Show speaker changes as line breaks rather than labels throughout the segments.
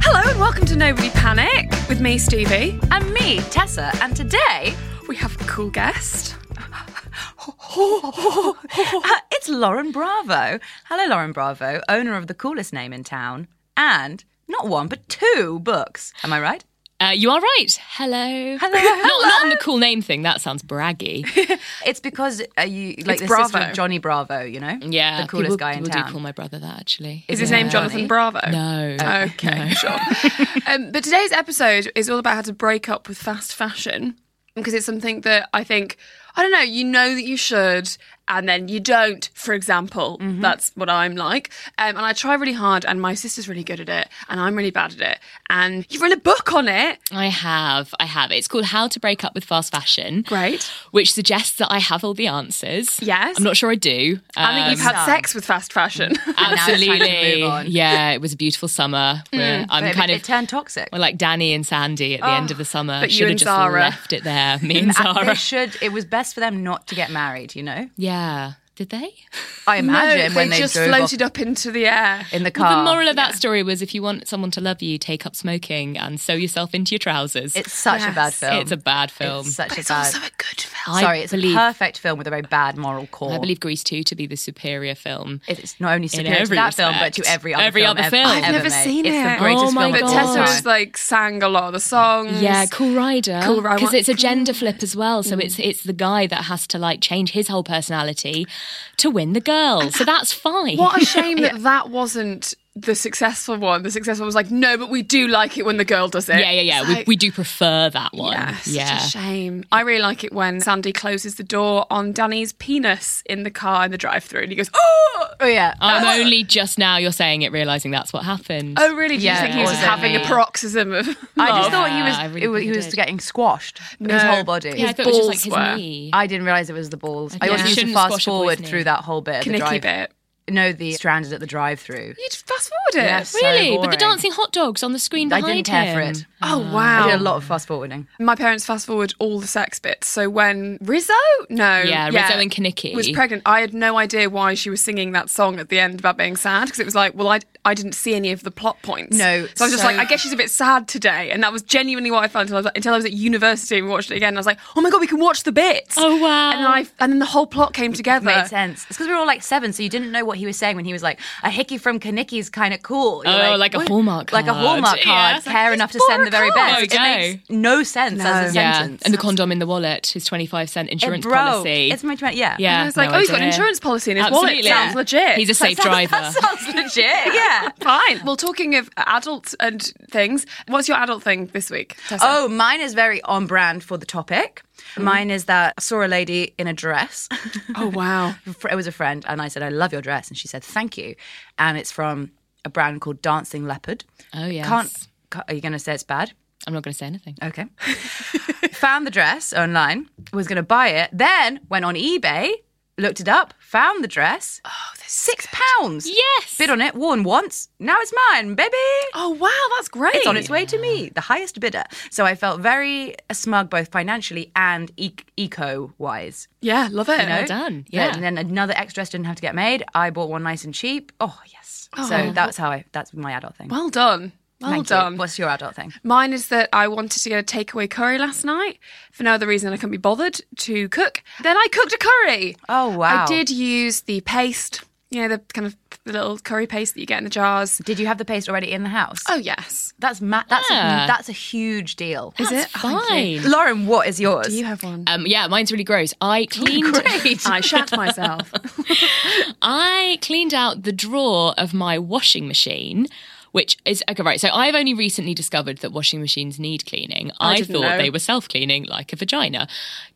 Hello and welcome to Nobody Panic with me, Stevie.
And me, Tessa, and today
We have a cool guest.
uh, it's Lauren Bravo. Hello, Lauren Bravo, owner of the coolest name in town, and not one but two books. Am I right?
Uh, you are right. Hello.
Hello.
Not, not on the cool name thing. That sounds braggy.
It's because uh, you like
It's
the sister
Bravo.
of Johnny Bravo, you know,
Yeah.
the coolest
people,
guy in
people
town.
do call my brother that actually.
Is his
Yeah.
name Jonathan Bravo?
No.
Oh.
Okay, sure. um, but today's episode is all about how to break up with fast fashion because it's something that I think, I don't know, you know that you should and then you don't, for example. That's what I'm like. Um, and I try really hard, and my sister's really good at it, and I'm really bad at it. And you've written a book on it.
I have. I have. It's called How to Break Up with Fast Fashion.
Great.
Which suggests that I have all the answers.
Yes.
I'm not sure I do.
I think you've
Um,
had
Some.
sex with fast fashion.
it's time to
absolutely.
move on. Mm,
Yeah. It was a beautiful summer. Where I'm
But it,
kind
it
of.
turned Oh, toxic.
we're like Danny and Sandy at the end of the summer.
but you
Should have
and
just
Zara.
left it there. Me and
Uh, They
Zara.
should. It was best for them not to get married. You know,
Yeah. Did they?
I imagine
no,
when they
just
drove
floated
off
up into the air.
in the
Well,
car.
the moral of that story was if you want someone to love you, take up smoking and sew yourself into your trousers.
it's such a bad
Yes.
film.
It's a bad film.
It's such
But it's
a bad.
also a good film.
I
sorry, it's
believe-
a perfect film with a very bad moral core.
I believe Grease 2 to be the superior film.
It's not only superior to
every
that film, but to
respect.
every other
Every
film.
other
ev-
film.
I've
I've
ever
never
made.
seen
it's
it.
the greatest
Oh my
film
But
of all
God.
Tessa has
time.
like sang a lot of the songs.
Yeah, Cool Rider.
Cool Rider.
Because it's a gender flip as well.
Mm.
So it's it's the guy that has to like change his whole personality to win the girl. So that's fine.
What a shame that that wasn't the successful one. The successful one was like, no, but we do like it when the girl does it.
yeah, yeah, yeah.
It's
we,
like,
we do prefer that one.
yeah, such
yeah.
a shame. I really like it when Sandy closes the door on Danny's penis in the car in the drive-through, and he goes, "Oh,
Oh yeah.
I'm only just now you're saying it, realizing that's what happened.
oh, really? Do you
Yeah,
think he was
it
just
was
having a
only-
paroxysm of
I just
love?
thought he
Yeah,
was
I really
it was-
think
he
he
was
did.
getting squashed. His
No.
whole body.
yeah, I thought it was
balls
just like
were-
his knee.
I didn't realize it was the balls. I
Yeah.
also
You
used to
shouldn't
fast
squash a boy's
forward
knee.
through that whole bit. Of the
Knicky
drive.
bit.
No, the stranded at the drive-through.
You'd fast forward it.
Yes. so
really? With the
boring.
dancing hot dogs on the screen
I
behind
didn't care for
him.
it.
Oh
I
wow!
did a lot of fast forwarding.
My parents fast forward all the sex bits. So when Rizzo, no,
Yeah, Rizzo and Kinnicky.
was pregnant, I had no idea why she was singing that song at the end about being sad because it was like, well, I, I didn't see any of the plot points.
No,
so I was just
so-
like, I guess she's a bit sad today, and that was genuinely what I found until I was, until I was at university and we watched it again. And I was like, oh my god, we can watch the bits.
Oh, wow.
And I and then the whole plot came together.
Made sense. It's because we were all like seven, so you didn't know what he was saying when he was like, "A hickey from Kanicki's kind of cool." You're
Oh, like a
"What?"
Hallmark
like a
card.
Hallmark
Yeah,
card.
it's like,
care
just
enough to
borrow
send
a
the very
card.
best.
There
It
you
makes no sense as a sentence.
and the condom in the wallet, his twenty-five cent insurance
it broke.
policy.
It's my twenty. Yeah,
yeah,
I was like,
no
oh, he's got an
idea.
insurance policy in his wallet.
Absolutely.
Sounds legit.
He's a safe
That sounds-
driver.
That sounds legit. Yeah.
Fine. Well, talking of adults and things, what's your adult thing this week? Tessa?
Oh, mine is very on brand for the topic.
Mm-hmm.
Mine is that I saw a lady in a dress.
oh wow.
it was a friend, and I said, I love your dress. And she said, Thank you. And it's from a brand called Dancing Leopard.
Oh, yes.
Can't, ca- are you going to say it's bad?
I'm not going to say anything.
Okay. Found the dress online, was going to buy it, then went on eBay, Looked it up, found the dress.
Oh, this is
Six
good.
pounds.
Yes.
Bid on it, worn once. Now it's mine, baby.
Oh wow, that's great.
It's on its way to me, the highest bidder. So I felt very smug, both financially and e- eco wise.
Yeah, love it.
Well done.
Yeah.
Yeah.
And then another extra dress didn't have to get made. I bought one nice and cheap. Oh yes. so that's how I. That's my adult thing.
Well done. Well
Thank you.
done.
What's your adult thing?
Mine is that I wanted to get a takeaway curry last night for no other reason. I couldn't be bothered to cook. Then I cooked a curry.
Oh, wow.
I did use the paste, you know, the kind of the little curry paste that you get in the jars.
Did you have the paste already in the house?
Oh yes.
That's ma- that's
Yeah.
a, that's a huge deal.
Is
That's
it? Oh, thank you.
fine.
Lauren, what is yours?
Do you have one?
Um, yeah, mine's really gross. I cleaned.
I shat myself.
I cleaned out the drawer of my washing machine, which is okay. Right, so I've only recently discovered that washing machines need cleaning. I,
didn't
thought
know.
they were self-cleaning, like a vagina.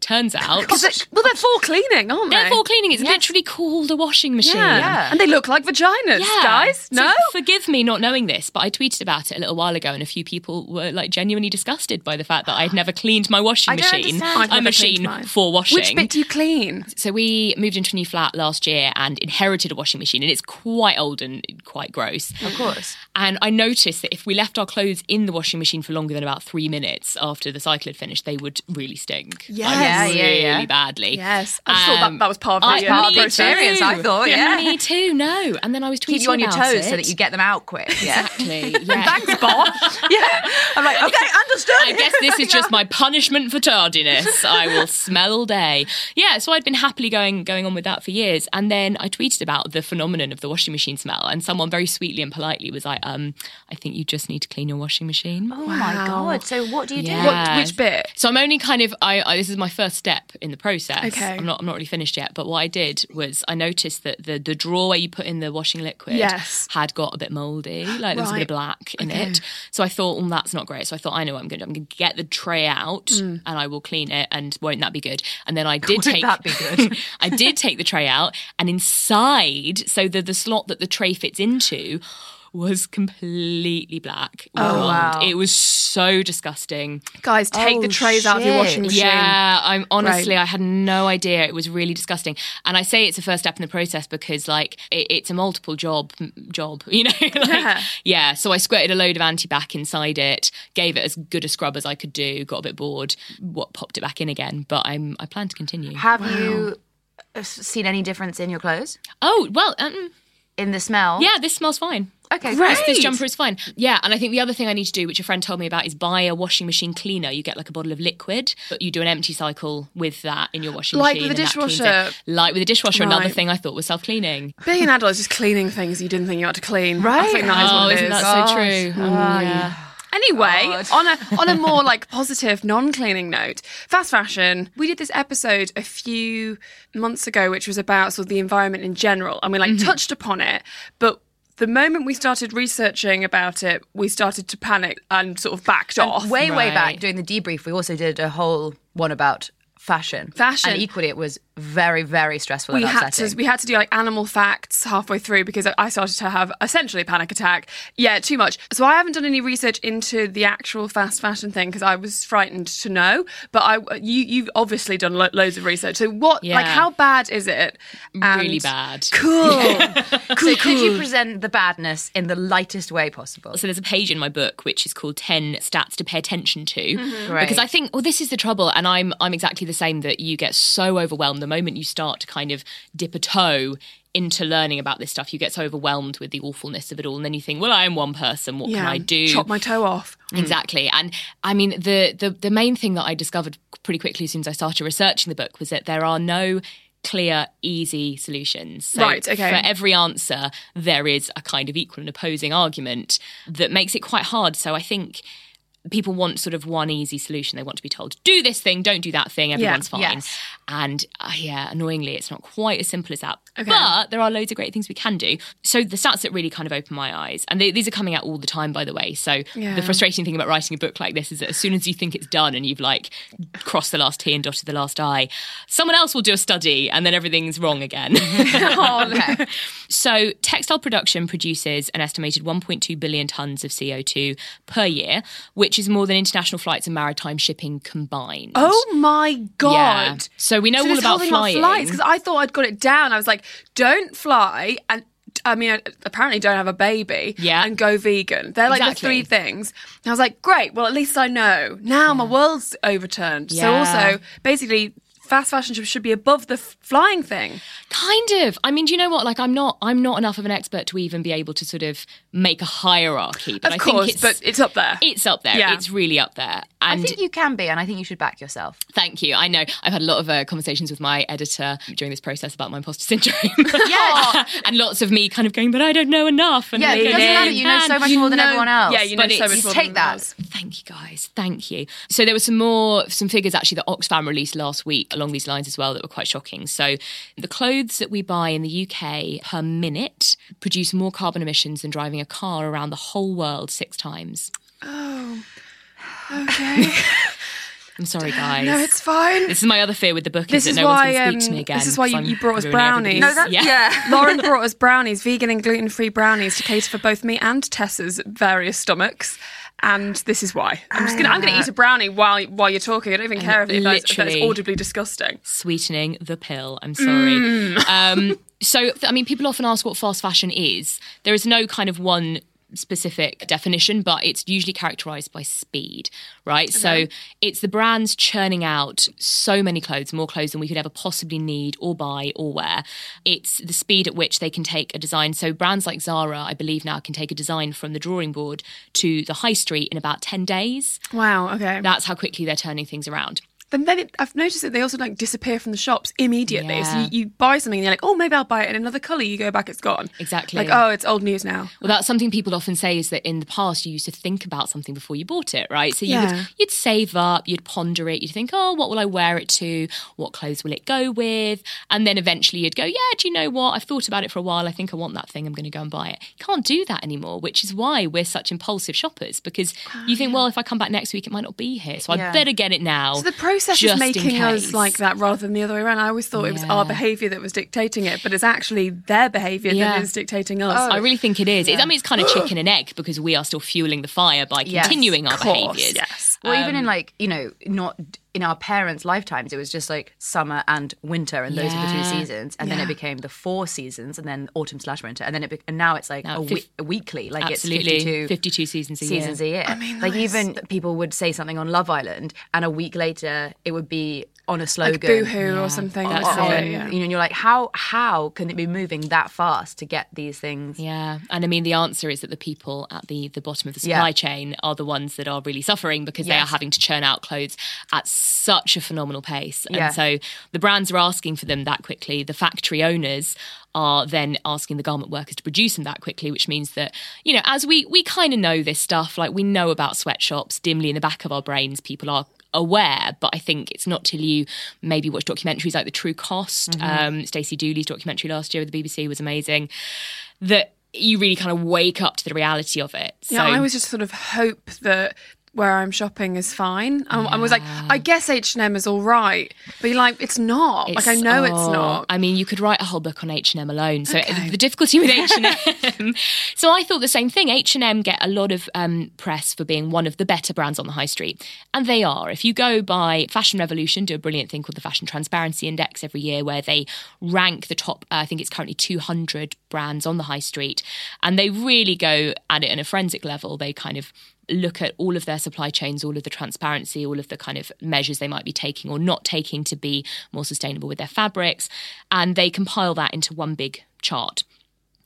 Turns out
well, they're for cleaning, aren't they?
they're for cleaning. It's literally called a washing machine.
Yeah. And they look like vaginas,
Yeah.
guys.
So
No?
forgive me not knowing this, but I tweeted about it a little while ago, and a few people were like genuinely disgusted by the fact that I'd never cleaned my washing
I don't
machine.
understand. I've
a
never cleaned
machine
mine.
for washing.
Which bit do you clean?
So we moved into a new flat last year and inherited a washing machine, and it's quite old and quite gross.
Of course.
And I noticed that if we left our clothes in the washing machine for longer than about three minutes after the cycle had finished, they would really stink. Like,
Yes. Yeah,
really
yeah, yeah.
badly. Um,
Yes. I just thought that, that was part of
I-
the,
me
uh,
part of the
too.
experience, I thought, yeah.
Me too, no. And then I was tweeting
Keep you on your
about
toes so
it.
that you get them out quick. Yeah.
Exactly. Yeah.
Thanks, Bob. yeah. I'm like, okay, understood.
I guess this is just my punishment for tardiness. I will smell all day. Yeah, so I'd been happily going going on with that for years, and then I tweeted about the phenomenon of the washing machine smell, and someone very sweetly and politely was like, "Um, I think you just need to clean your washing machine."
Oh my god. So what do you do?
Yeah.
Which bit?
So I'm only kind of I, I this is my first step in the process.
Okay.
I'm not I'm not really finished yet, but what I did was I noticed that the the drawer where you put in the washing liquid
Yes.
had got a bit moldy, like there was a bit of
Right.
black in it. So I thought, well, that's not great. So I thought, I know what I'm going to do. I'm going to get the tray out and I will clean it and won't that be good? And then I did
Would
take
that be good?
I did take the tray out and inside, so the the slot that the tray fits into was completely black. Oh,
wow.
It was so disgusting.
Guys, take
Oh,
the trays out of your washing
shit.
machine.
Yeah, I'm honestly, I had no idea. It was really disgusting. And I say it's a first step in the process because, like, it, it's a multiple job, m- job, you know? like, yeah.
Yeah.
So I squirted a load of anti back inside it, gave it as good a scrub as I could do, got a bit bored, what popped it back in again. But I'm, I plan to continue.
Have you uh, seen any difference in your clothes?
Oh, well, um,
In the smell?
yeah, this smells fine.
Okay.
Great.
This jumper is fine. Yeah, and I think the other thing I need to do, which a friend told me about, is buy a washing machine cleaner. You get like a bottle of liquid, but you do an empty cycle with that in your washing
Like
machine.
with the
and that cleans
dishwasher.
it. Like with the dishwasher. Another
Right.
thing I thought was self cleaning.
Being an adult is just cleaning things you didn't think you had to clean. I
Right.
think that is
Oh,
what it
isn't
is.
that so
Gosh.
true? Oh, yeah.
Anyway, on a on a more like positive, non-cleaning note, fast fashion. We did this episode a few months ago, which was about sort of the environment in general, and we like
Mm-hmm.
touched upon it, but. The moment we started researching about it, we started to panic and sort of backed off.
Way, way
Right.
back during the debrief, we also did a whole one about fashion.
Fashion.
And equally, it was very, very stressful
we
and
had
upsetting.
to we had to do like animal facts halfway through because I started to have essentially a panic attack. Yeah, too much. So I haven't done any research into the actual fast fashion thing because I was frightened to know. But I you you've obviously done lo- loads of research. So what like
Yeah.
how bad is it? And
Really bad.
Cool.
so could you present the badness in the lightest way possible?
So there's a page in my book which is called 10 stats to pay attention to
Mm-hmm.
Right.
because I think well this is the trouble and I'm I'm exactly the same that you get so overwhelmed the moment you start to kind of dip a toe into learning about this stuff you get so overwhelmed with the awfulness of it all and then you think well I am one person what can I do
Chop my toe off.
Exactly. And I mean the, the the main thing that I discovered pretty quickly as soon as I started researching the book was that there are no clear, easy solutions. So
Right, okay.
For every answer, there is a kind of equal and opposing argument that makes it quite hard. So I think people want sort of one easy solution. They want to be told, do this thing, don't do that thing, everyone's fine.
yes.
And uh, yeah, annoyingly, it's not quite as simple as that. But there are loads of great things we can do. So the stats that really kind of opened my eyes, and they, these are coming out all the time, by the way. So
Yeah.
the frustrating thing about writing a book like this is that as soon as you think it's done and you've like crossed the last T and dotted the last I, someone else will do a study and then everything's wrong again.
Oh,
okay.
So, textile production produces an estimated 1.2 billion tons of CO2 per year, which which is more than international flights and maritime shipping combined.
Oh my god!
Yeah. So we know
so
all
this
about
holding
flying.
Off flights because I thought I'd got it down. I was like, don't fly and. I mean, apparently, don't have a baby
Yeah.
and go vegan. They're like
Exactly.
the three things. And I was like, great. Well, at least I know. Now my world's overturned.
Yeah.
So, also, basically, fast fashion should, should be above the f- flying thing.
Kind of. I mean, do you know what? Like, I'm not. I'm not enough of an expert to even be able to sort of make a hierarchy. But
Of
I
course,
think
but
it's,
it's up there.
it's up there.
Yeah.
It's really up there.
I
And
think you can be, and I think you should back yourself.
thank you. I know. I've had a lot of uh, conversations with my editor during this process about my imposter syndrome.
Yeah.
and lots of me kind of going, but I don't know enough. And
Yeah, it
leaning
doesn't matter.
in.
You know so
And-
much more than everyone else.
Yeah, you know
but
so
it's-
much more
Take
than
that.
us.
Thank you guys. Thank you. So there were some more some figures actually that Oxfam released last week along these lines as well that were quite shocking. So the clothes that we buy in the UK per minute produce more carbon emissions than driving a car around the whole world six times.
Okay.
I'm sorry guys.
no, it's fine.
this is my other fear with the book
This
is
is
that no one's
why,
going to speak
um,
to me again.
this is why you-
'cause I'm
you brought us
ruining everybody's-
brownies. No, that-
yeah.
Lauren brought us brownies, vegan and gluten free brownies, to cater for both me and Tessa's various stomachs. And this is why. I'm just gonna I'm gonna eat a brownie while while you're talking. I don't even care if, if, that's, if that's
literally-
audibly disgusting.
sweetening the pill. I'm sorry. Um, so, I mean, people often ask what fast fashion is. There is no kind of one specific definition, but it's usually characterized by speed, right? So, it's the brands churning out so many clothes, more clothes than we could ever possibly need or buy or wear. It's the speed at which they can take a design. So, brands like Zara, I believe now, can take a design from the drawing board to the high street in about 10 days.
Wow, okay.
That's how quickly they're turning things around.
Then then it, I've noticed that they also like disappear from the shops immediately. So
Yeah.
you, you buy something and you're like, oh maybe I'll buy it in another colour, you go back, it's gone.
Exactly.
Like, oh, it's old news now.
Well, that's something people often say is that in the past you used to think about something before you bought it, right? So you
Yeah.
would, you'd save up, you'd ponder it, you'd think, oh, what will I wear it to? What clothes will it go with? And then eventually you'd go, yeah, do you know what? I've thought about it for a while. I think I want that thing. I'm going to go and buy it. You can't do that anymore, which is why we're such impulsive shoppers because you think, well, if I come back next week, it might not be here, so
Yeah.
I better get it now.
So the process
just
is
in
making us
case.
like that rather than the other way around. I always thought it was our
Yeah.
behaviour that was dictating it, but it's actually their behaviour
Yeah. Oh,
that is dictating us.
I really think it is. It's, I mean, it's kind of chicken and egg because we are still fueling the fire by
Yes,
continuing our
of course,
behaviours.
Yes.
Well, even in like you know, not in our parents' lifetimes, it was just like summer and winter, and those are the two
Yeah.
seasons. And then it became the four seasons, and then autumn slash winter, and then it be- and now it's like a,
Now fif-
wee- a weekly, like
Absolutely.
it's 52,
52 seasons a year.
seasons a year. like even people would say something on Love Island, and a week later it would be on a slogan.
Like boohoo or something.
Oh, That's
Or- or-
it.
Oh, yeah.
You know, and you're like, how how can it be moving that fast to get these things?
Yeah, and I mean the answer is that the people at the the bottom of the supply
Yeah.
chain are the ones that are really suffering because they are
Yes.
having to churn out clothes at such a phenomenal pace,
Yeah.
and so the brands are asking for them that quickly. The factory owners are then asking the garment workers to produce them that quickly, which means that you know, as we we kind of know this stuff, like we know about sweatshops dimly in the back of our brains, people are aware, but I think it's not till you maybe watch documentaries like The True Cost.
Mm-hmm.
Um, Stacey Dooley's documentary last year with the BBC was amazing. That you really kind of wake up to the reality of it. So,
Yeah, I always just sort of hope that where I'm shopping is fine. I'm, I was like, I guess H and M is all right, but you're like, it's not. like I
it's-
know it's
oh,
not.
I mean, you could write a whole book on H and M alone. So the difficulty with H and M. So I thought the same thing. H and M get a lot of um, press for being one of the better brands on the high street, and they are. If you go by Fashion Revolution, do a brilliant thing called the Fashion Transparency Index every year, where they rank the top. Uh, I think it's currently 200 brands on the high street, and they really go at it on a forensic level. They kind of look at all of their supply chains, all of the transparency, all of the kind of measures they might be taking or not taking to be more sustainable with their fabrics, and they compile that into one big chart.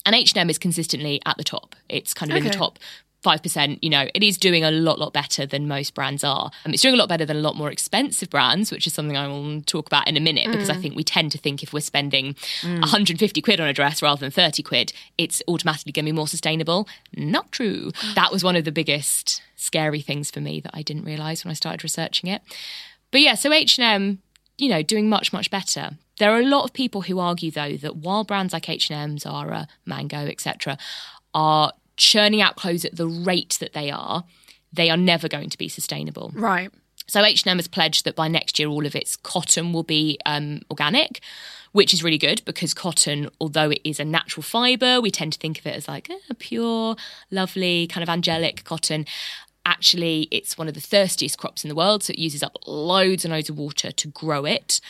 And H&M is consistently at the top. It's kind of in the
Okay.
top 5%, you know, it is doing a lot lot better than most brands are. Um, it's doing a lot better than a lot more expensive brands, which is something I will talk about in a minute because I think we tend to think if we're spending 150 quid on a dress rather than 30 quid, it's automatically going to be more sustainable. Not true. That was one of the biggest scary things for me that I didn't realize when I started researching it. But yeah, so H&M, you know, doing much much better. There are a lot of people who argue though that while brands like H&M, Zara, Mango, etc. are churning out clothes at the rate that they are, they are never going to be sustainable.
right.
So H&M has pledged that by next year all of its cotton will be um, organic, which is really good because cotton, although it is a natural fibre, we tend to think of it as like eh, pure, lovely, kind of angelic cotton. Actually, it's one of the thirstiest crops in the world, so it uses up loads and loads of water to grow it.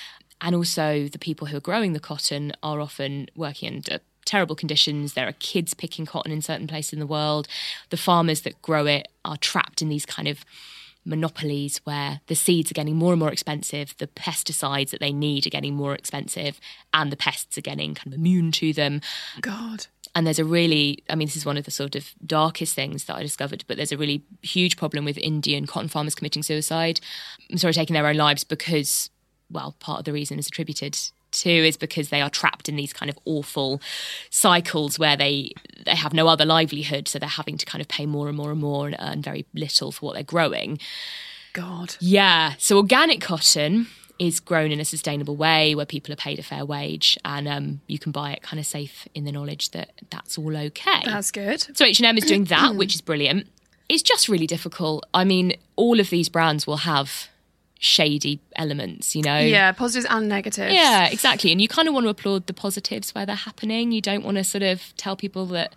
And also, the people who are growing the cotton are often working under terrible conditions. There are kids picking cotton in certain places in the world. The farmers that grow it are trapped in these kind of monopolies where the seeds are getting more and more expensive, the pesticides that they need are getting more expensive, and the pests are getting kind of immune to them.
God.
And there's a really, I mean, this is one of the sort of darkest things that I discovered, but there's a really huge problem with Indian cotton farmers committing suicide. I'm sorry, taking their own lives because, well, part of the reason is attributed to is because they are trapped in these kind of awful cycles where they they have no other livelihood, so they're having to kind of pay more and more and more and earn very little for what they're growing.
God.
Yeah. So organic cotton is grown in a sustainable way where people are paid a fair wage and um, you can buy it kind of safe in the knowledge that that's all okay.
That's good.
so H&M is doing that, which is brilliant. It's just really difficult. I mean, all of these brands will have shady elements, you know.
Yeah, positives and negatives.
Yeah, exactly. And you kind of want to applaud the positives where they're happening. You don't want to sort of tell people that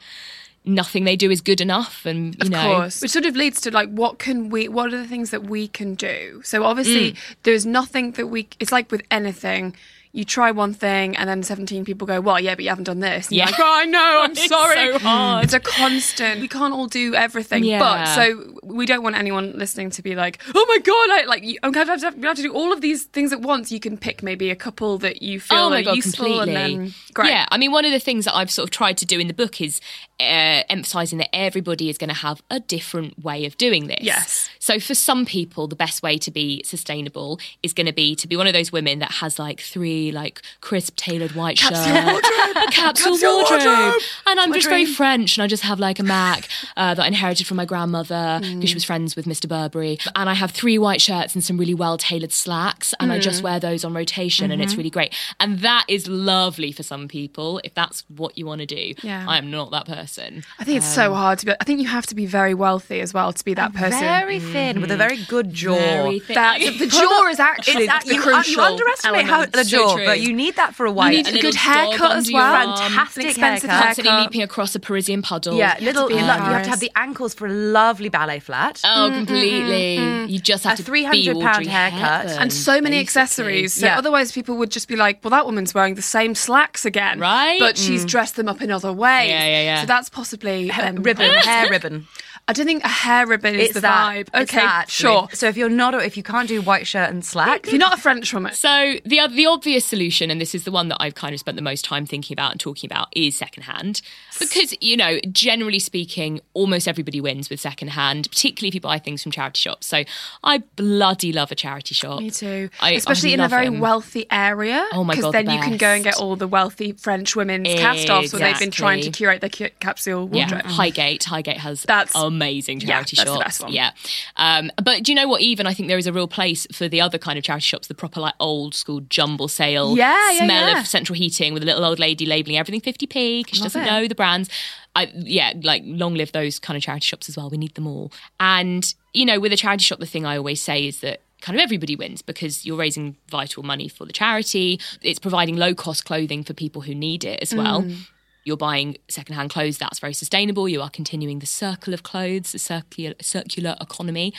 nothing they do is good enough and you
Of
know
course. Which sort of leads to like, what can we, what are the things that we can do? So
Mm.
obviously, there's nothing that we, it's like with anything, you try one thing and then 17 people go, well, yeah, but you haven't done this. And you're
Yeah.
like, oh, I know, I'm
It's
sorry.
so hard.
It's a constant. We can't all do everything.
Yeah.
But so we don't want anyone listening to be like, oh my God, I like, you, I'm going to have to, have to do all of these things at once. You can pick maybe a couple that Oh, you feel
Oh
are useful and then great.
Yeah, I mean, one of the things that I've sort of tried to do in the book is uh, emphasizing that everybody is going to have a different way of doing this.
Yes.
So for some people, the best way to be sustainable is going to be to be one of those women that has like three like crisp tailored white shirts, a capsule,
Capsule
wardrobe.
wardrobe!
and I'm
My
just very
dream.
French, and I just have like a Mac uh, that I inherited from my grandmother because
Mm.
she was friends with Mr. Burberry, and I have three white shirts and some really well tailored slacks, and I
Mm.
just wear those on rotation, and
Mm-hmm.
it's really great. And that is lovely for some people if that's what you want to do.
Yeah.
I am not that person.
I think it's
Um,
so hard to be. I think you have to be very wealthy as well to be that person.
Very thin, mm-hmm. with a very good jaw.
Very thin.
That- the jaw is
It's
actually the,
that-
the
you,
crucial.
you underestimate how
element.
the
So
jaw,
true.
but you need that for a while.
need
A
a
little
good
dog
haircut as
under your
well.
arm.
Fantastic
expensive
haircut.
Constantly
haircut.
leaping across a Parisian puddle.
yeah, little.
be
You like- you have
embarrassed.
to have the ankles for a lovely ballet flat.
mm,
Oh, completely. You just have
A
to be
300 pound
Audrey
haircut.
Hepburn,
and so many
basically.
accessories. So
Yeah.
otherwise, people would just be like, "Well, that woman's wearing the same slacks again,
Right? Mm.
But she's dressed them up in other ways.
Yeah, yeah, yeah.
So that's possibly um,
ribbon, hair ribbon.
I don't think a hair ribbon is
It's
the
that.
vibe.
It's
Okay,
that, actually.
sure.
So if you're not, if you can't do white shirt and
If
slacks,
you're not a French woman,
So the oth- the obvious solution, and this is the one that I've kind of spent the most time thinking about and talking about, is secondhand, because you know, generally speaking, almost everybody wins with secondhand, particularly if you buy things from charity shops. So I bloody love a charity shop.
me too.
I- I
Especially in a
love
very
them.
wealthy area.
Oh my God,
Because then
the
you can go and get
best.
all the wealthy French women's cast-offs where they've been trying to
Exactly.
curate their cu- capsule
Yeah,
wardrobe.
Highgate. Highgate has
Mm. That's-
amazing
yeah,
charity
that's the
shops.
best one.
Yeah, um, but do you know what? Even I think there is a real place for the other kind of charity shops, the proper like old school jumble sale.
Yeah, yeah,
smell
yeah.
of central heating with a little old lady labeling everything fifty p because she doesn't
it.
know the brands. I yeah, like long live those kind of charity shops as well. We need them all. And you know, with a charity shop, the thing I always say is that. Kind of everybody wins because you're raising vital money for the charity. It's providing low cost clothing for people who need it as well
Mm.
you're buying secondhand clothes that's very sustainable you are continuing the circle of clothes the circular, circular economy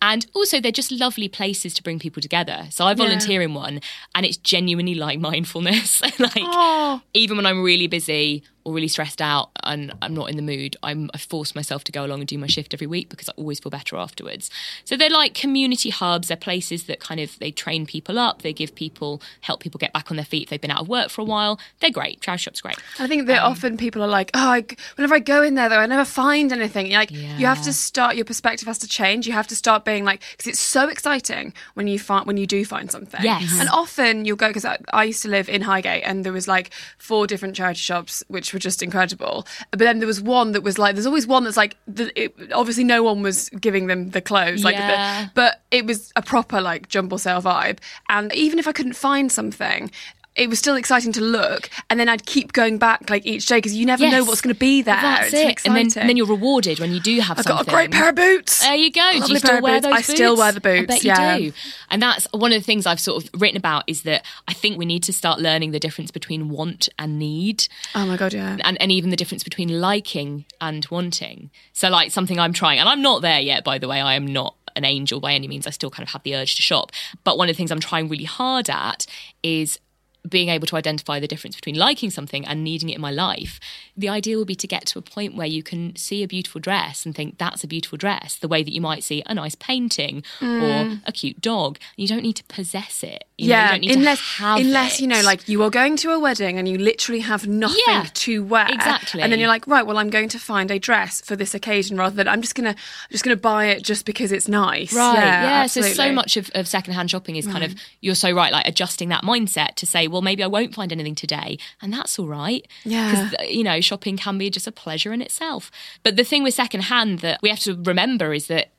and also they're just lovely places to bring people together so i volunteer in one and it's genuinely like mindfulness like even when i'm really busy or really stressed out and i'm not in the mood I'm, i force myself to go along and do my shift every week because i always feel better afterwards so they're like community hubs they're places that kind of they train people up they give people help people get back on their feet if they've been out of work for a while they're great trash shop's great
I think that often people are like, oh, I g whenever I go in there, though, I never find anything. You're Like, you have to start, your perspective has to change. You have to start being like, because it's so exciting when you find when you do find something.
Yes.
And often you'll go because I, I used to live in Highgate, and there was like four different charity shops, which were just incredible. But then there was one that was like, there's always one that's like, the, it, obviously no one was giving them the clothes, like,
Yeah.
the, but it was a proper like jumble sale vibe. And even if I couldn't find something. it was still exciting to look, and then I'd keep going back like each day because you never know
Yes.
what's going to be there.
That's
it's
it. And then,
exciting.
then you're rewarded when you do have
I've
something.
got a great pair of boots.
There you go. do
Lovely
you
pair
still
of
wear
boots.
those
I
boots?
still wear the
I
boots.
bet
yeah.
you do. And that's one of the things I've sort of written about is that I think we need to start learning the difference between want and need
Oh my god, yeah.
and, and even the difference between liking and wanting. So, like something I'm trying, and I'm not there yet, by the way, I am not an angel by any means. I still kind of have the urge to shop. But one of the things I'm trying really hard at is being able to identify the difference between liking something and needing it in my life. The idea would be to get to a point where you can see a beautiful dress and think that's a beautiful dress, the way that you might see a nice painting or a cute dog. You don't need to possess it. You know, you
Mm. yeah,
don't need to
unless
have
unless you know,
it.
like you are going to a wedding and you literally have nothing
Yeah,
to wear,
exactly.
And then you're like, right, well, I'm going to find a dress for this occasion rather than I'm just gonna I'm just gonna buy it just because it's nice.
Right.
Yeah. absolutely. Mm.
so so much of, of secondhand shopping is kind of you're so right, like adjusting that mindset to say, well, maybe I won't find anything today, and that's all right.
Yeah.
Because you know, shopping can be just a pleasure in itself. But the thing with secondhand that we have to remember is that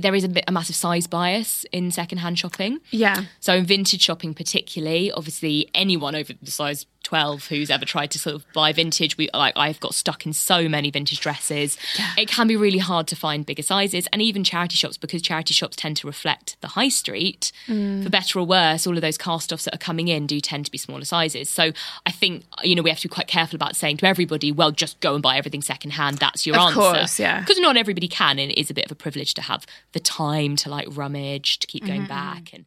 there is a, bit, a massive size bias in secondhand shopping.
Yeah.
So in vintage shopping, particularly, obviously anyone over the size twelve who's ever tried to sort of buy vintage, we like I've got stuck in so many vintage dresses. It can be really hard to find bigger sizes, and even charity shops because charity shops tend to reflect the high street.
Mm.
For better or worse, all of those cast offs that are coming in do tend to be smaller sizes. So I think you know we have to be quite careful about saying to everybody, well, just go and buy everything secondhand. That's your
Of
answer,
course, yeah.
Because not everybody can, and it is a bit of a privilege to have the time to like rummage, to keep
Mm-hmm.
going back, and.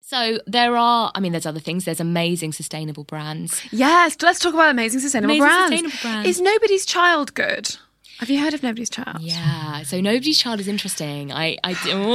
So there are, I mean, there's other things. There's amazing sustainable brands.
Yes, let's talk about amazing sustainable
Amazing
brands.
sustainable brands.
Is nobody's child good? Have you heard of nobody's child?
Yeah. So nobody's child is interesting. I, I, oh, no,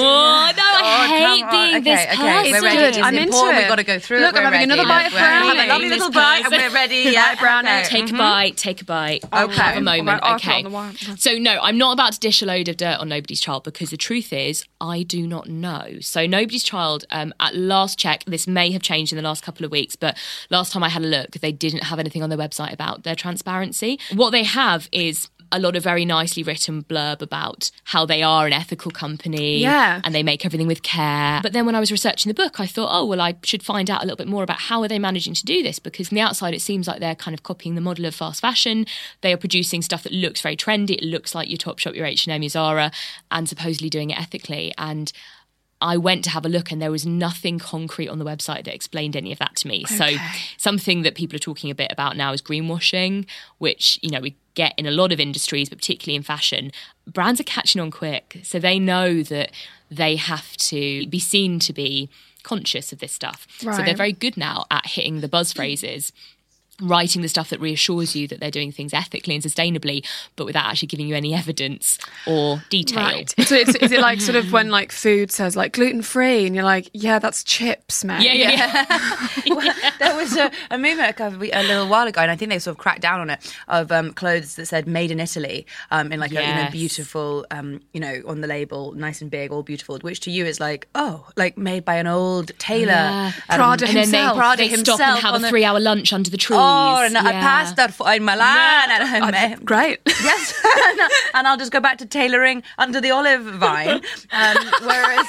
Oh,
I hate
come on.
being this
okay,
person.
okay. We're ready.
good.
It's
I'm into
important.
it.
We've got to go through
Look,
it.
I'm
We're
having another
ready.
bite of
We're
brownie.
having a lovely
This
little bite, and
person.
we're ready. Yeah,
Bite brownie.
okay.
Take a bite. Take a bite.
Okay.
Have a moment.
I'll put it
okay.
on the wire.
So no, I'm not about to dish a load of dirt on nobody's child because the truth is I do not know. So nobody's child. Um, at last check, this may have changed in the last couple of weeks, but last time I had a look, they didn't have anything on their website about their transparency. What they have is. A lot of very nicely written blurb about how they are an ethical company
Yeah.
and they make everything with care. But then when I was researching the book, I thought, oh well, I should find out a little bit more about how are they managing to do this because from the outside it seems like they're kind of copying the model of fast fashion. They are producing stuff that looks very trendy. It looks like your Topshop, your H and M, your Zara, and supposedly doing it ethically. And I went to have a look and there was nothing concrete on the website that explained any of that to me. So something that people are talking a bit about now is greenwashing, which, you know, we get in a lot of industries, but particularly in fashion. Brands are catching on quick. So they know that they have to be seen to be conscious of this stuff. So
Right.
they're very good now at hitting the buzz phrases writing the stuff that reassures you that they're doing things ethically and sustainably, but without actually giving you any evidence or detail.
Right. So it's, is it like sort of when like food says like gluten free and you're like, yeah, that's chips, man.
Yeah, yeah, yeah.
there was a, a movement a, couple, a little while ago, and I think they sort of cracked down on it of um, clothes that said "Made in Italy" um, in like a you know,
Yes.
beautiful, um, you know, on the label, nice and big, all beautiful. Which to you is like, oh, like made by an old tailor,
Yeah.
um,
Prada
And then they,
himself.
they
Prada
stop and
himself
have a
on the-
three-hour lunch under the trees.
Oh, and I
Yeah. Oh,
passed that for in Milan, and I
Uh,
made-
Great.
Yes, and, I'll just go back to tailoring under the olive vine. Um, whereas,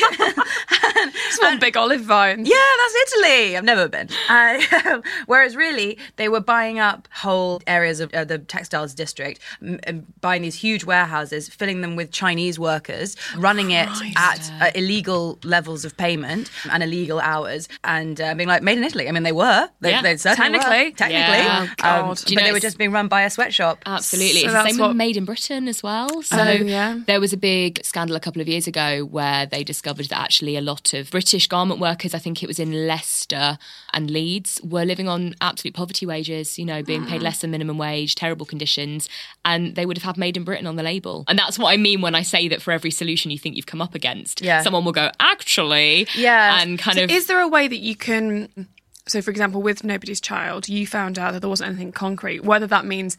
It's one big olive vine.
yeah, that's Italy. I've never been. Uh, whereas, really, they were buying up whole areas of uh, the textiles district, m- m- buying these huge warehouses, filling them with Chinese workers, running it at uh, illegal levels of payment and illegal hours, and uh, being like made in Italy. I mean, they were. They,
Yeah.
they certainly were.
Technically.
Technically.
Yeah.
Oh, God.
Um,
Do you
but
know
they were
it's- Um,
just being run by a sweatshop.
Absolutely.
So
it's the
that's
same
what-
with Made in Britain as well. So
yeah.
there was a big scandal a couple of years ago where they discovered that actually a lot of British garment workers, I think it was in Leicester and Leeds, were living on absolute poverty wages, you know, being paid less than minimum wage, terrible conditions, and they would have had Made in Britain on the label. And that's what I mean when I say that for every solution you think you've come up against,
Yeah.
someone will go, actually,
Yeah.
and kind
So
of
is there a way that you can so for example with nobody's child you found out that there wasn't anything concrete whether that means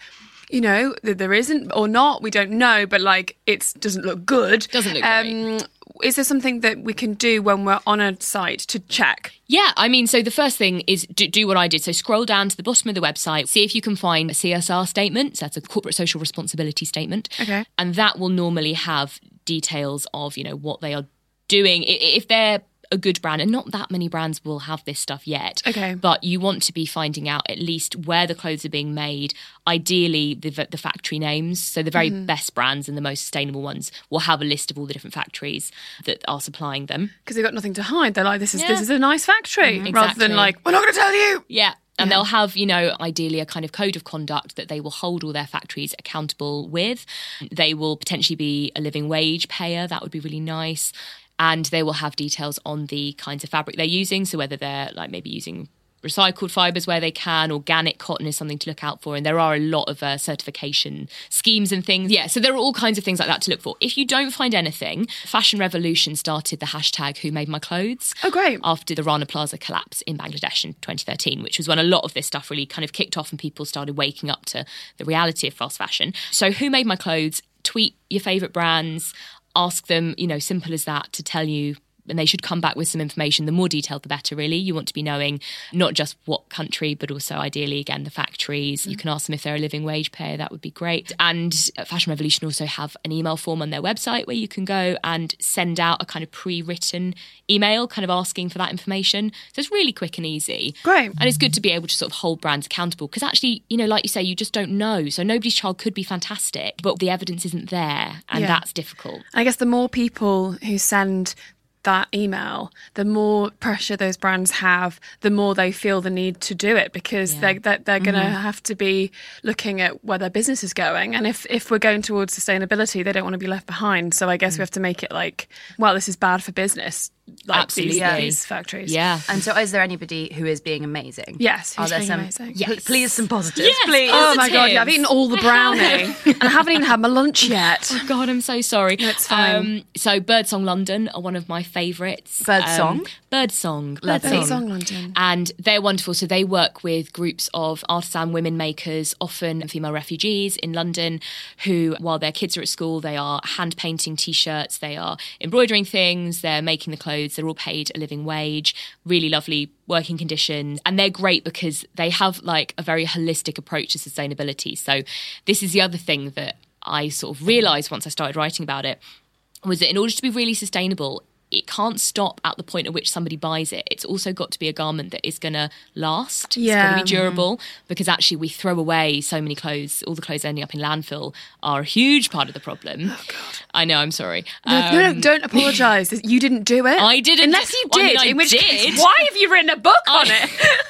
you know that there isn't or not we don't know but like it doesn't look good Um,
Doesn't look
is there something that we can do when we're on a site to check
Yeah, I mean, so the first thing is do, do what I did. So scroll down to the bottom of the website, see if you can find a CSR statement. So that's a corporate social responsibility statement.
Okay.
And that will normally have details of, you know, what they are doing. I- i- If they're a good brand, and not that many brands will have this stuff yet.
Okay.
But you want to be finding out at least where the clothes are being made, ideally the, the factory names. So the very
Mm-hmm.
best brands and the most sustainable ones will have a list of all the different factories that are supplying them.
because they've got nothing to hide they're like this is this
Yeah. Mm-hmm.
is a nice factory rather
Exactly.
than like we're not going to tell you
Yeah. And they'll have, you know, ideally a kind of code of conduct that they will hold all their factories accountable with. They will potentially be a living wage payer. That would be really nice. And they will have details on the kinds of fabric they're using. So whether they're like maybe using recycled fibers where they can, organic cotton is something to look out for. And there are a lot of uh, certification schemes and things. Yeah. So there are all kinds of things like that to look for. If you don't find anything, Fashion Revolution started the hashtag Who Made My Clothes
oh great
after the Rana Plaza collapse in Bangladesh in 2013, which was when a lot of this stuff really kind of kicked off and people started waking up to the reality of fast fashion. So, who made my clothes? Tweet your favorite brands, ask them, you know, simple as that to tell you. And they should come back with some information. The more detailed, the better, really. You want to be knowing not just what country, but also ideally, again, the factories.
Mm.
You can ask them if they're a living wage payer. That would be great. And Fashion Revolution also have an email form on their website where you can go and send out a kind of pre written email, kind of asking for that information. So it's really quick and easy.
Great.
And it's good to be able to sort of hold brands accountable because actually, you know, like you say, you just don't know. So nobody's child could be fantastic, but the evidence isn't there. And
Yeah.
that's difficult.
I guess the more people who send that email, the more pressure those brands have, the more they feel the need to do it because they're, they're, they're going to
Mm-hmm.
have to be looking at where their business is going. And if, if we're going towards sustainability, they don't want to be left behind. So I guess we
Mm.
have to make it like, well, this is bad for business. Like
Absolutely.
These,
Yeah.
these factories.
Yeah.
And so, is there anybody who is being amazing?
Yes,
Are
who's
there
being
some?
amazing?
P-
Yes.
Please, some positives,
Yes,
please.
Oh my God. Yeah, I've
Positives.
eaten all the brownie and I haven't even had my lunch yet.
Oh, God, I'm so sorry. That's
fine.
Um, so, Birdsong London are one of my favourites.
Birdsong?
Um, Birdsong.
Love
Birdsong.
Birdsong London.
And they're wonderful. So, they work with groups of artisan women makers, often female refugees in London, who, while their kids are at school, they are hand painting t shirts, they are embroidering things, they're making the clothes, they're all paid a living wage, really lovely working conditions and they're great because they have like a very holistic approach to sustainability so this is the other thing that i sort of realized once i started writing about it was that in order to be really sustainable, it can't stop at the point at which somebody buys it. It's also got to be a garment that is going to last. It's
Yeah. mm-hmm.
going to be durable because actually we
Oh,
throw away so many clothes. All the clothes ending up in landfill are a huge part of the problem. I know. I'm sorry. Um,
no, no, don't apologise. You didn't do it.
I didn't-
Unless you
I
did,
mean, I
in which
did.
case, why have you written a book on
I-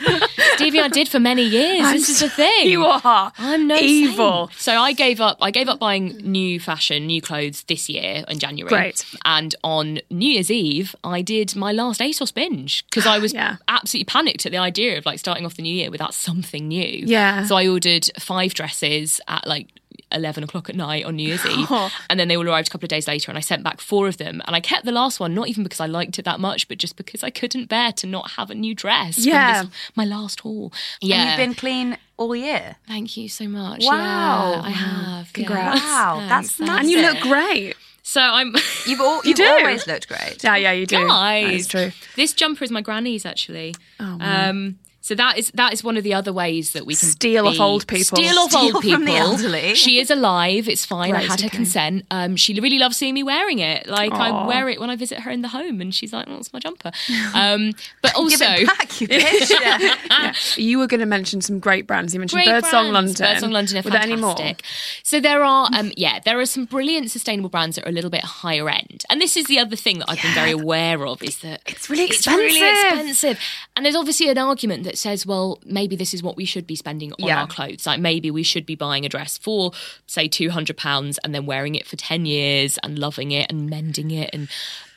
it?
Stevie, I did for many years.
I'm
this is the
so-
thing.
You are
I'm no
evil.
saint. So I gave up. I gave up buying new fashion, new clothes this year in January.
Great.
And on New Year's Eve, I did my last ASOS binge because I was
Yeah.
absolutely panicked at the idea of like starting off the new year without something new.
Yeah.
So I ordered five dresses at like. 11 o'clock at night on New Year's Eve. And then they all arrived a couple of days later, and I sent back four of them. And I kept the last one, not even because I liked it that much, but just because I couldn't bear to not have a new dress. from
Yeah.
this- my last haul. Yeah.
And you've been clean all year.
Thank you so much.
Wow.
Yeah, I have. yeah.
Congrats.
Wow, that's
Thanks.
mad.
and you
That's
look
it.
great.
So I'm.
You've all you've
do.
always looked great.
Yeah, yeah, you do. That
guys,
is true.
this jumper is my granny's actually. Oh, um, so that is that is one of the other ways that we can
Steal off
be-
old people.
Steal off
Steal
old people.
from the elderly.
She is alive. It's fine. I
Right,
had her
okay.
consent. Um, she really loves seeing me wearing it. Like I wear it when I visit her in the home, and she's like, "Oh, it's my jumper." Um, but also,
Give it back, you bitch. Yeah.
Yeah. You were going to mention some great brands. You mentioned
Great
Birdsong
brands.
London.
Birdsong London are
Were there any more?
fantastic. So there are, um, yeah, there are some brilliant sustainable brands that are a little bit higher end, and this is the other thing that I've been very aware of is that
It's really
it's really
expensive.
expensive. And there's obviously an argument that says, well, maybe this is what we should be spending on
Yeah.
our clothes. Like maybe we should be buying a dress for, say, two hundred pounds, and then wearing it for ten years and loving it and mending it and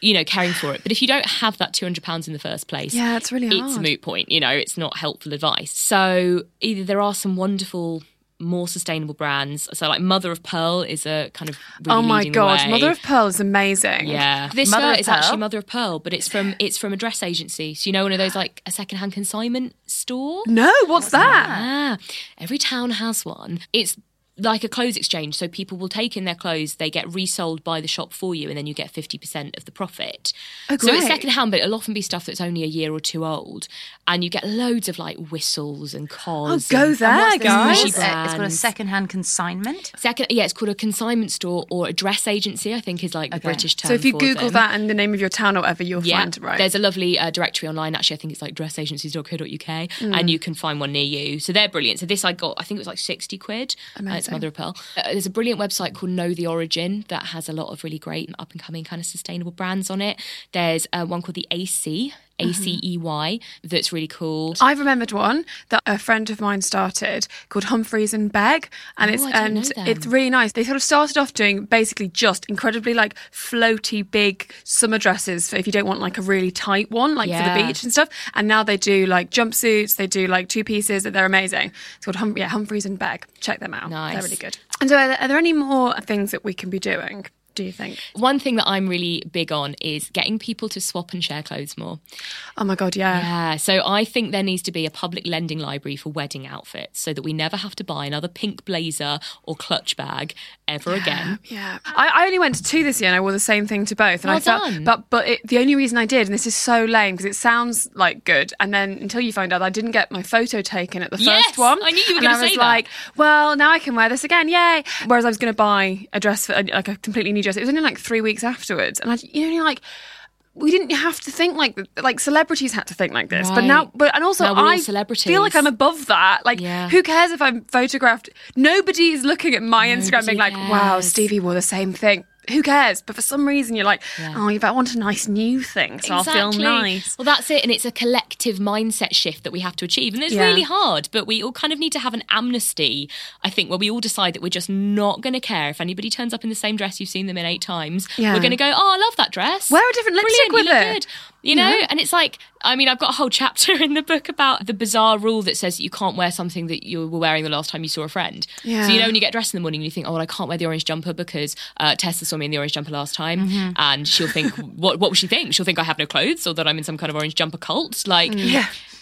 you know caring for it. But if you don't have that two hundred pounds in the first place,
Yeah, it's really
it's a
hard.
moot point. You know, it's not helpful advice. So either there are some wonderful. More sustainable brands. So, like Mother of Pearl is a kind of really
oh my
leading the
god,
way.
Mother of Pearl is amazing.
Yeah, this
Mother
shirt
of
is actually
Pearl?
Mother of Pearl, but it's from it's from a dress agency. So you know one of those like a secondhand consignment store.
No, what's that?
Ah, every town has one. It's like a clothes exchange, so people will take in their clothes, they get resold by the shop for you, and then you get fifty percent of the profit.
Oh,
So it's
great.
secondhand, but it'll often be stuff that's only a year or two old, and you get loads of like whistles and collars.
Oh, go
and-
there,
and
What's
what's
this
the
guys.
squishy
called? Uh, It's got a
brands?
second-hand consignment.
Second, yeah, it's called a consignment store or a dress agency. I think is like the British term.
So if you
for
Google
them.
that and the name of your town or whatever, you'll find it, right.
There's a lovely uh, directory online, actually. I think it's like dressagencies.co.uk,
Mm.
and you can find one near you. So they're brilliant. So this I got, I think it was like 60 quid. and it's Mother of Pearl. Uh, there's a brilliant website called Know the Origin that has a lot of really great up and coming kind of sustainable brands on it. There's uh, one called the AC, ACEY, E that's really cool.
Mm-hmm. I remembered one that a friend of mine started called Humphreys and Begg, and it's
Oh, I don't
and
know them.
it's really nice. They sort of started off doing basically just incredibly like floaty big summer dresses for if you don't want like a really tight one, like for
Yeah.
the beach and stuff. And now they do like jumpsuits, they do like two pieces, that they're amazing. It's called Hum- yeah Humphreys and Begg. Check them out.
Nice.
They're really good. And so, are there, are there any more things that we can be doing? Do you think?
One thing that I'm really big on is getting people to swap and share clothes more.
Oh my god, yeah.
Yeah, Uh, so I think there needs to be a public lending library for wedding outfits so that we never have to buy another pink blazer or clutch bag ever again.
Yeah, I, I only went to two this year, and I wore the same thing to both. And
Well
I felt,
done.
but but it, the only reason I did, and this is so lame because it sounds like good, and then until you find out, I didn't get my photo taken at the
Yes,
first one.
I knew you were
And
gonna
I was
say that.
like, well, now I can wear this again, yay! Whereas I was going to buy a dress for uh, like a completely new dress. It was only like three weeks afterwards, and I, you know, like. We didn't have to think like th- like celebrities had to think like this, but now,
Right.
but and also
Now we're all
I
celebrities.
feel like I'm above that. Like,
Yeah.
who cares if I'm photographed? Nobody is looking at my Instagram, being like, "Wow,
cares.
Stevie." Stevie wore the same thing. Who cares? But for some reason, you're like, oh, if I want a nice new thing, so I'll feel nice.
Well, that's it. And it's a collective mindset shift that we have to achieve. And it's
Yeah.
really hard, but we all kind of need to have an amnesty, I think, where we all decide that we're just not going to care if anybody turns up in the same dress you've seen them in eight times.
Yeah.
We're going to go, oh, I love that dress.
Wear a different lipstick
Brilliant,
with
you look
it.
Good. You know? And it's like, I mean, I've got a whole chapter in the book about the bizarre rule that says that you can't wear something that you were wearing the last time you saw a friend. So, you
Yeah.
know, when you get dressed in the morning and you think, oh, well, I can't wear the orange jumper because uh, Tessa saw me in the orange jumper last time.
Mm-hmm.
And she'll think, what, what will she think? She'll think I have no clothes or that I'm in some kind of orange jumper cult. Like,
Mm.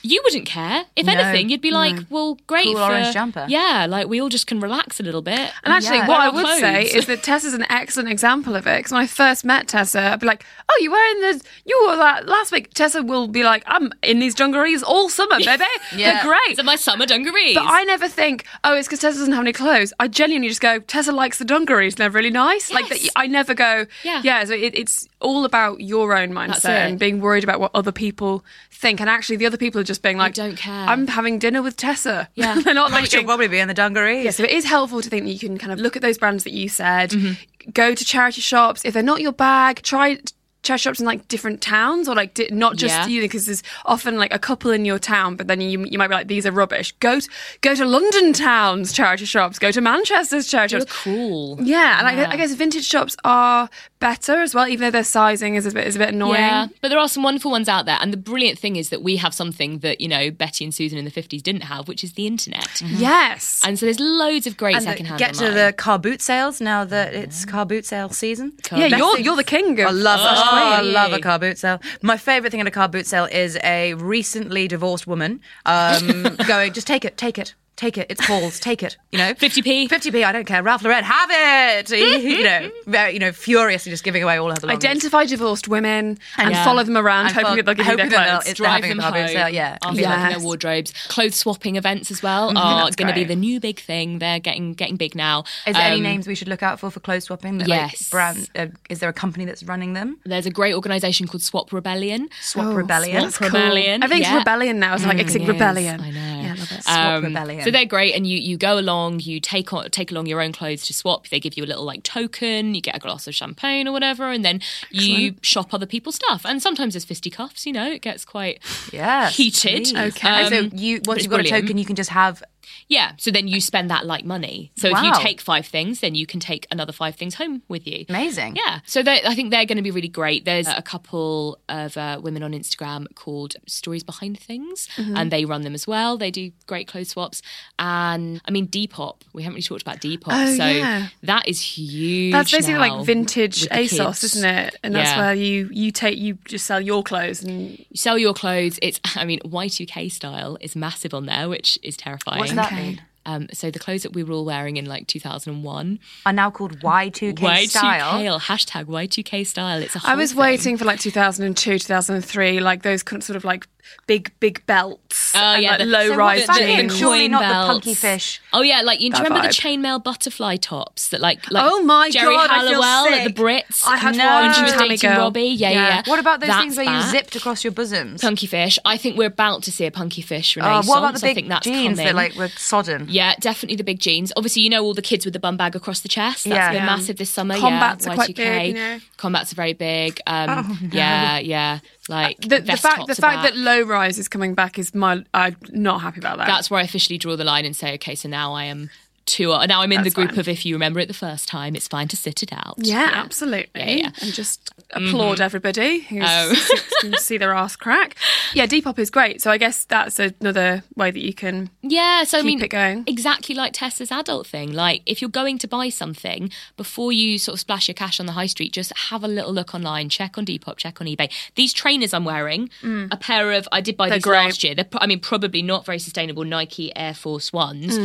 you wouldn't care. If anything, you'd be like, well, great.
Cool
for-
orange jumper.
Yeah, like we all just can relax a little bit.
And actually,
Yeah.
Wear
what I
our
would say
clothes.
is that Tessa's an excellent example of it. Because when I first met Tessa, I'd be like, "Oh, you were in the you wore that last week." Tessa will be like, "I'm in these dungarees all summer, baby. They're great."
So my summer dungarees.
But I never think, oh, it's because Tessa doesn't have any clothes. I genuinely just go, Tessa likes the dungarees and they're really nice. Like that,
Yes.
I never go,
Yeah.
yeah. so it, it's all about your own mindset
it.
and being worried about what other people think. And actually, the other people are just just being like,
don't care.
I'm having dinner with Tessa.
Yeah.
they're not
Which will
thinking.
probably be in the dungarees.
Yeah, so it is helpful to think that you can kind of look at those brands that you said,
Mm-hmm.
go to charity shops. If they're not your bag, try charity shops in like different towns or like di- not just
Yeah.
you because there's often like a couple in your town, but then you, you might be like these are rubbish. Go to, go to London town's charity shops. Go to Manchester's charity
You're
shops.
cool.
Yeah, and I gue- I, guess vintage shops are better as well, even though their sizing is a bit is a bit annoying.
Yeah, but there are some wonderful ones out there, and the brilliant thing is that we have something that you know Betty and Susan in the fifties didn't have, which is the internet.
Mm-hmm.
Yes.
And so there's loads of
Mm.
great
And the-
secondhand. Mm-hmm.
get to
online.
the car boot sales now that it's car boot sale season.
yeah,
Best
you're
thing-
you're the king of
I love such
Oh,
I
yeah.
love a car boot sale. My favorite thing at a car boot sale is a recently divorced woman um, going, just take it, take it, take it. It's Paul's, take it. You know,
50p.
50p. I don't care. Ralph Lauren, have it. you know, very, you know, furiously just giving away all her belongings.
Identify divorced women and
Yeah.
follow them around,
And
hoping
follow-
that they'll give you
hoping
their
that they'll-
clothes.
it's-
drive
having a
them
car boot
home.
sale, yeah.
After yes. looking
Yes.
their wardrobes, clothes swapping events as well are
that's
going to be
great.
the new big thing. They're getting getting big now.
Is there any
Um,
names we should look out for for clothes swapping? That, Like,
Yes.
brand, uh, is there a company that's running them?
There's a great organisation called Swap Rebellion.
Swap Rebellion.
Oh, Swap Rebellion.
I think
yeah. Mm,
it's rebellion now. It's like it's like rebellion.
I know. Um,
Yeah, I love it.
Swap Rebellion.
So they're great, and you you go along, you take on, take along your own clothes to swap. They give you a little like token, you get a glass of champagne or whatever, and then you shop other people's stuff. And sometimes there's fisticuffs. You know, it gets quite
Yes,
heated.
Okay.
Um,
and so you
but
once
it's
you've got a
brilliant.
token, you can just have
yeah. So then you spend that like money. So if
Wow.
you take five things, then you can take another five things home with you.
amazing.
Yeah. So they- I think they're going to be really great. There's a couple of uh, women on Instagram called Stories Behind Things,
Mm-hmm.
and they run them as well. They do great clothes swaps. And I mean, Depop, we haven't really talked about Depop.
Oh,
so
yeah.
that is huge.
That's basically
now
like vintage
with the
ASOS,
kids.
isn't it? And that's
Yeah.
where you you take you just sell your clothes and
You sell your clothes. It's, I mean, Y2K style is massive on there, which is terrifying.
What's that mean?
Um, so the clothes that we were all wearing in like 2001,
Are now called Y2K,
Y2K
style.
hashtag Y2K style. It's a whole
I was
thing.
waiting for like 2002, 2003, like those kind of sort of like big big belts,
Oh,
and
yeah,
like
the-
low
So
rise
what does that mean?
jeans.
Sure.
Surely not
belts.
the punky fish.
Oh yeah, like you do you
That
remember the
vibe.
chainmail butterfly tops that like like
Oh my
Jerry
God, I feel
Halliwell at
sick.
the Brits.
I had
when
one
she was
from Tammy
dating
Girl.
Robbie. Yeah, yeah. yeah.
What about those things
That's
where you
back.
zipped across your bosoms?
Punky fish. I think we're about to see a punky
Oh,
fish
Uh,
renaissance.
what about the
I think
big
that's
jeans
coming.
that like were sodden?
yeah, definitely the big jeans. Obviously, you know all the kids with the bum bag across the chest. That's
Yeah.
been
Yeah.
massive this summer.
Combats
yeah,
are
Y2K.
quite big, you know. Oh,
Combats are very big. Um, Yeah, yeah. Like
Uh, The, the
vest
fact
tops
the
are back.
fact that low rise is coming back is my I'm not happy about that.
that's where I officially draw the line and say, okay, so now I am too. Now I'm in the group of if you remember it the first time, it's fine to sit it out.
Yeah, absolutely.
Yeah, yeah.
And just applaud everybody who's
Oh.
who see their ass crack. Yeah, Depop is great. So I guess that's another way that you can.
Yeah, so I
Keep
mean,
it going.
exactly like Tessa's adult thing. Like, if you're going to buy something before you sort of splash your cash on the high street, just have a little look online, check on Depop, check on eBay. These trainers I'm wearing, a pair of I did buy these
Mm. great.
last year. They're, pro- I mean, probably not very sustainable Nike Air Force Ones,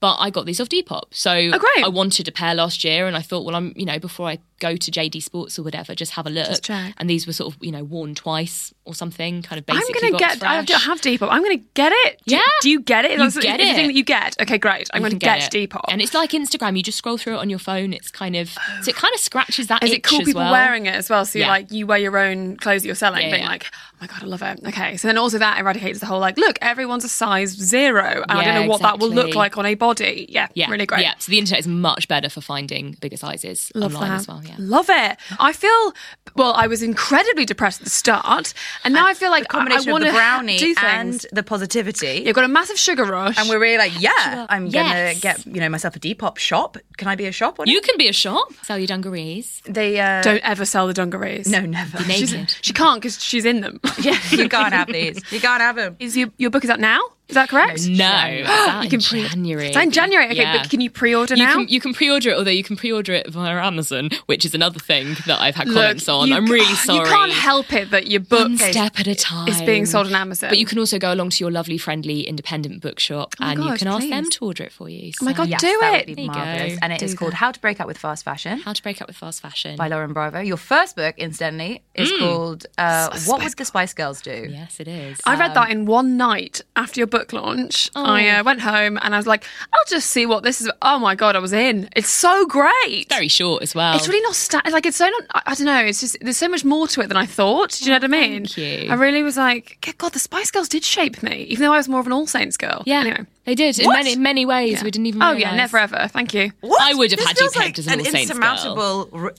but I got these off Depop. So
Mm. Oh, great.
I wanted a pair last year, and I thought, well, I'm you know before I go to JD Sports or whatever, just have a look.
Just check.
And these were sort of you know worn twice or something, kind of basically.
I'm
got
going to get. I
fresh.
don't have Depop. I'm going to get it. Do you-
Yeah.
Do you get it?
You
Is that something-
get
is the thing
it.
that you get. Okay, great. I'm
You
going to
can
get, Depop.
And it's like Instagram. You just scroll through it on your phone. It's kind of so it kind of scratches that.
is
itch
it cool
as
people
well.
wearing it as well? So you
Yeah.
like you wear your own clothes that you're selling,
Yeah,
being
yeah.
like, oh my god, I love it. Okay, so then also that eradicates the whole like, look, everyone's a size zero, and I don't
Yeah,
know what that will look
exactly.
like on a body. Yeah,
Yeah,
really great.
Yeah, so the internet is much better for finding bigger sizes
Love
online
that.
as well. Yeah.
Love it. I feel well. I was incredibly depressed at the start, and now I feel like
The combination
I,
of
I want
the
to
brownie
do
and
things.
the positivity.
You've got a massive sugar rush,
and we're really like, yeah, I'm
Yes.
gonna get you know myself a Depop shop. Can I be a shop? What
You can be a shop, sell your dungarees.
they uh,
don't ever sell the dungarees.
No, never.
She's-
naked.
she can't because she's in them.
yeah, you can't have these. You can't have them.
Is your, your book is out now? Is that correct?
No, it's out
you
in
can pre-
January.
It's out in January. Okay,
Yeah.
but can you pre-order
You
now?
can you can pre-order it, although you can pre-order it via Amazon, which is another thing that I've had
Look,
comments on.
you
I'm
ca-
really sorry.
You can't help it that your book
One step at a time.
is being sold on Amazon. Oh
But you can also go along to your lovely, friendly, independent bookshop, and you
God,
can ask
please.
them to order it for you.
Oh my
So-
God,
Yes,
do
that
it.
Would
There
be
you go.
marvelous. And it is called How to Break Up with Fast Fashion.
How to break up with fast fashion.
by Lauren Bravo. Your first book, incidentally, is called uh, What Would the Spice Girls Do?
yes, it is. Um,
I read that in one night after your book launch, I
Oh.
uh, went home and I was like, I'll just see what this is. Oh my god, I was in. It's so great.
Very short as well.
It's really not sta- like it's so not. I- I don't know. It's just there's so much more to it than I thought. Do you know what I mean?
Oh, thank you.
I really was like, "Good God, the Spice Girls did shape me, even though I was more of an All Saints girl.
yeah,
Anyway.
they did in
What?
many many ways. We didn't even.
Oh
realize.
yeah, never ever. Thank you.
What?
I would have
This
had you
feels like
pegged as an
an
All Saints girl.
insurmountable r-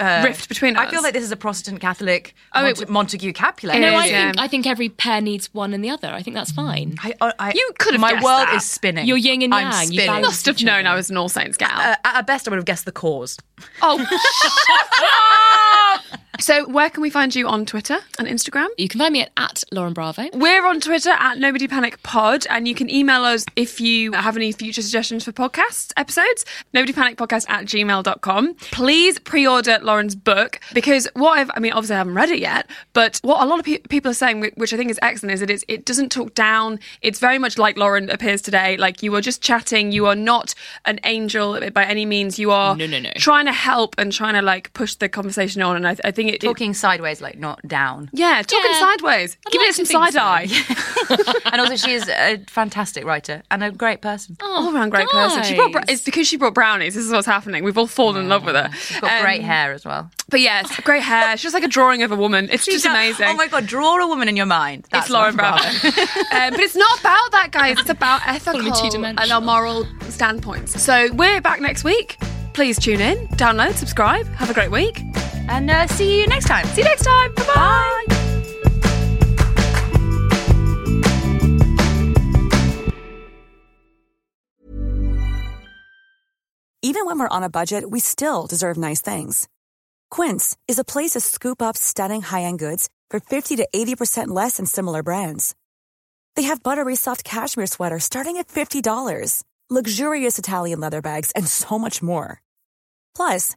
uh,
Rift between
I
us.
feel like this is a Protestant Catholic
Oh, it
Mont- Montague Capulet.
No,
It
I
is, yeah.
think I think every pair needs one and the other. I think that's fine.
I, I, I,
You could have
My
guessed
world
that.
is spinning.
You're yin and
I'm
yang, you
Spinning.
balance
Must have known I was an All Saints gal.
Uh, at our best, I would have guessed the cause.
oh, shut up! So, where can we find you on Twitter and Instagram?
You can find me at, at Lauren Bravo.
We're on Twitter at Nobody Panic Pod, and you can email us if you have any future suggestions for podcast episodes. Nobody Panic Podcast at gmail.com. Please pre order Lauren's book because what I've, I mean, obviously I haven't read it yet, but what a lot of pe- people are saying, whi- which I think is excellent, is that it's, it doesn't talk down. It's very much like Lauren appears today. Like you are just chatting. You are not an angel by any means. You are
No, no, no.
trying to help and trying to like push the conversation on. And I, I think it. it
Talking sideways, like not down.
yeah, talking
Yeah.
sideways.
I'd
Give
like
it
to
some
think
side
so.
eye.
and also, she is a fantastic writer and a great person.
Oh,
all around great person. She brought bra-
guys.
it's because she brought brownies. This is what's happening. We've all fallen in love with her.
She's got
Um,
great hair as well.
But yes, great hair. She's just like a drawing of a woman. It's just amazing.
Oh my god, draw a woman in your mind. That's
it's Lauren Bravo. um, but it's not about that, guys. It's about ethical
two-dimensional.
and our moral standpoints. So we're back next week. Please tune in, download, subscribe. Have a great week.
And uh, see you next time.
See you next time. Bye-bye. bye bye
Even when we're on a budget, we still deserve nice things. Quince is a place to scoop up stunning high end goods for 50 to 80% less than similar brands. They have buttery soft cashmere sweaters starting at $50, luxurious Italian leather bags, and so much more. Plus,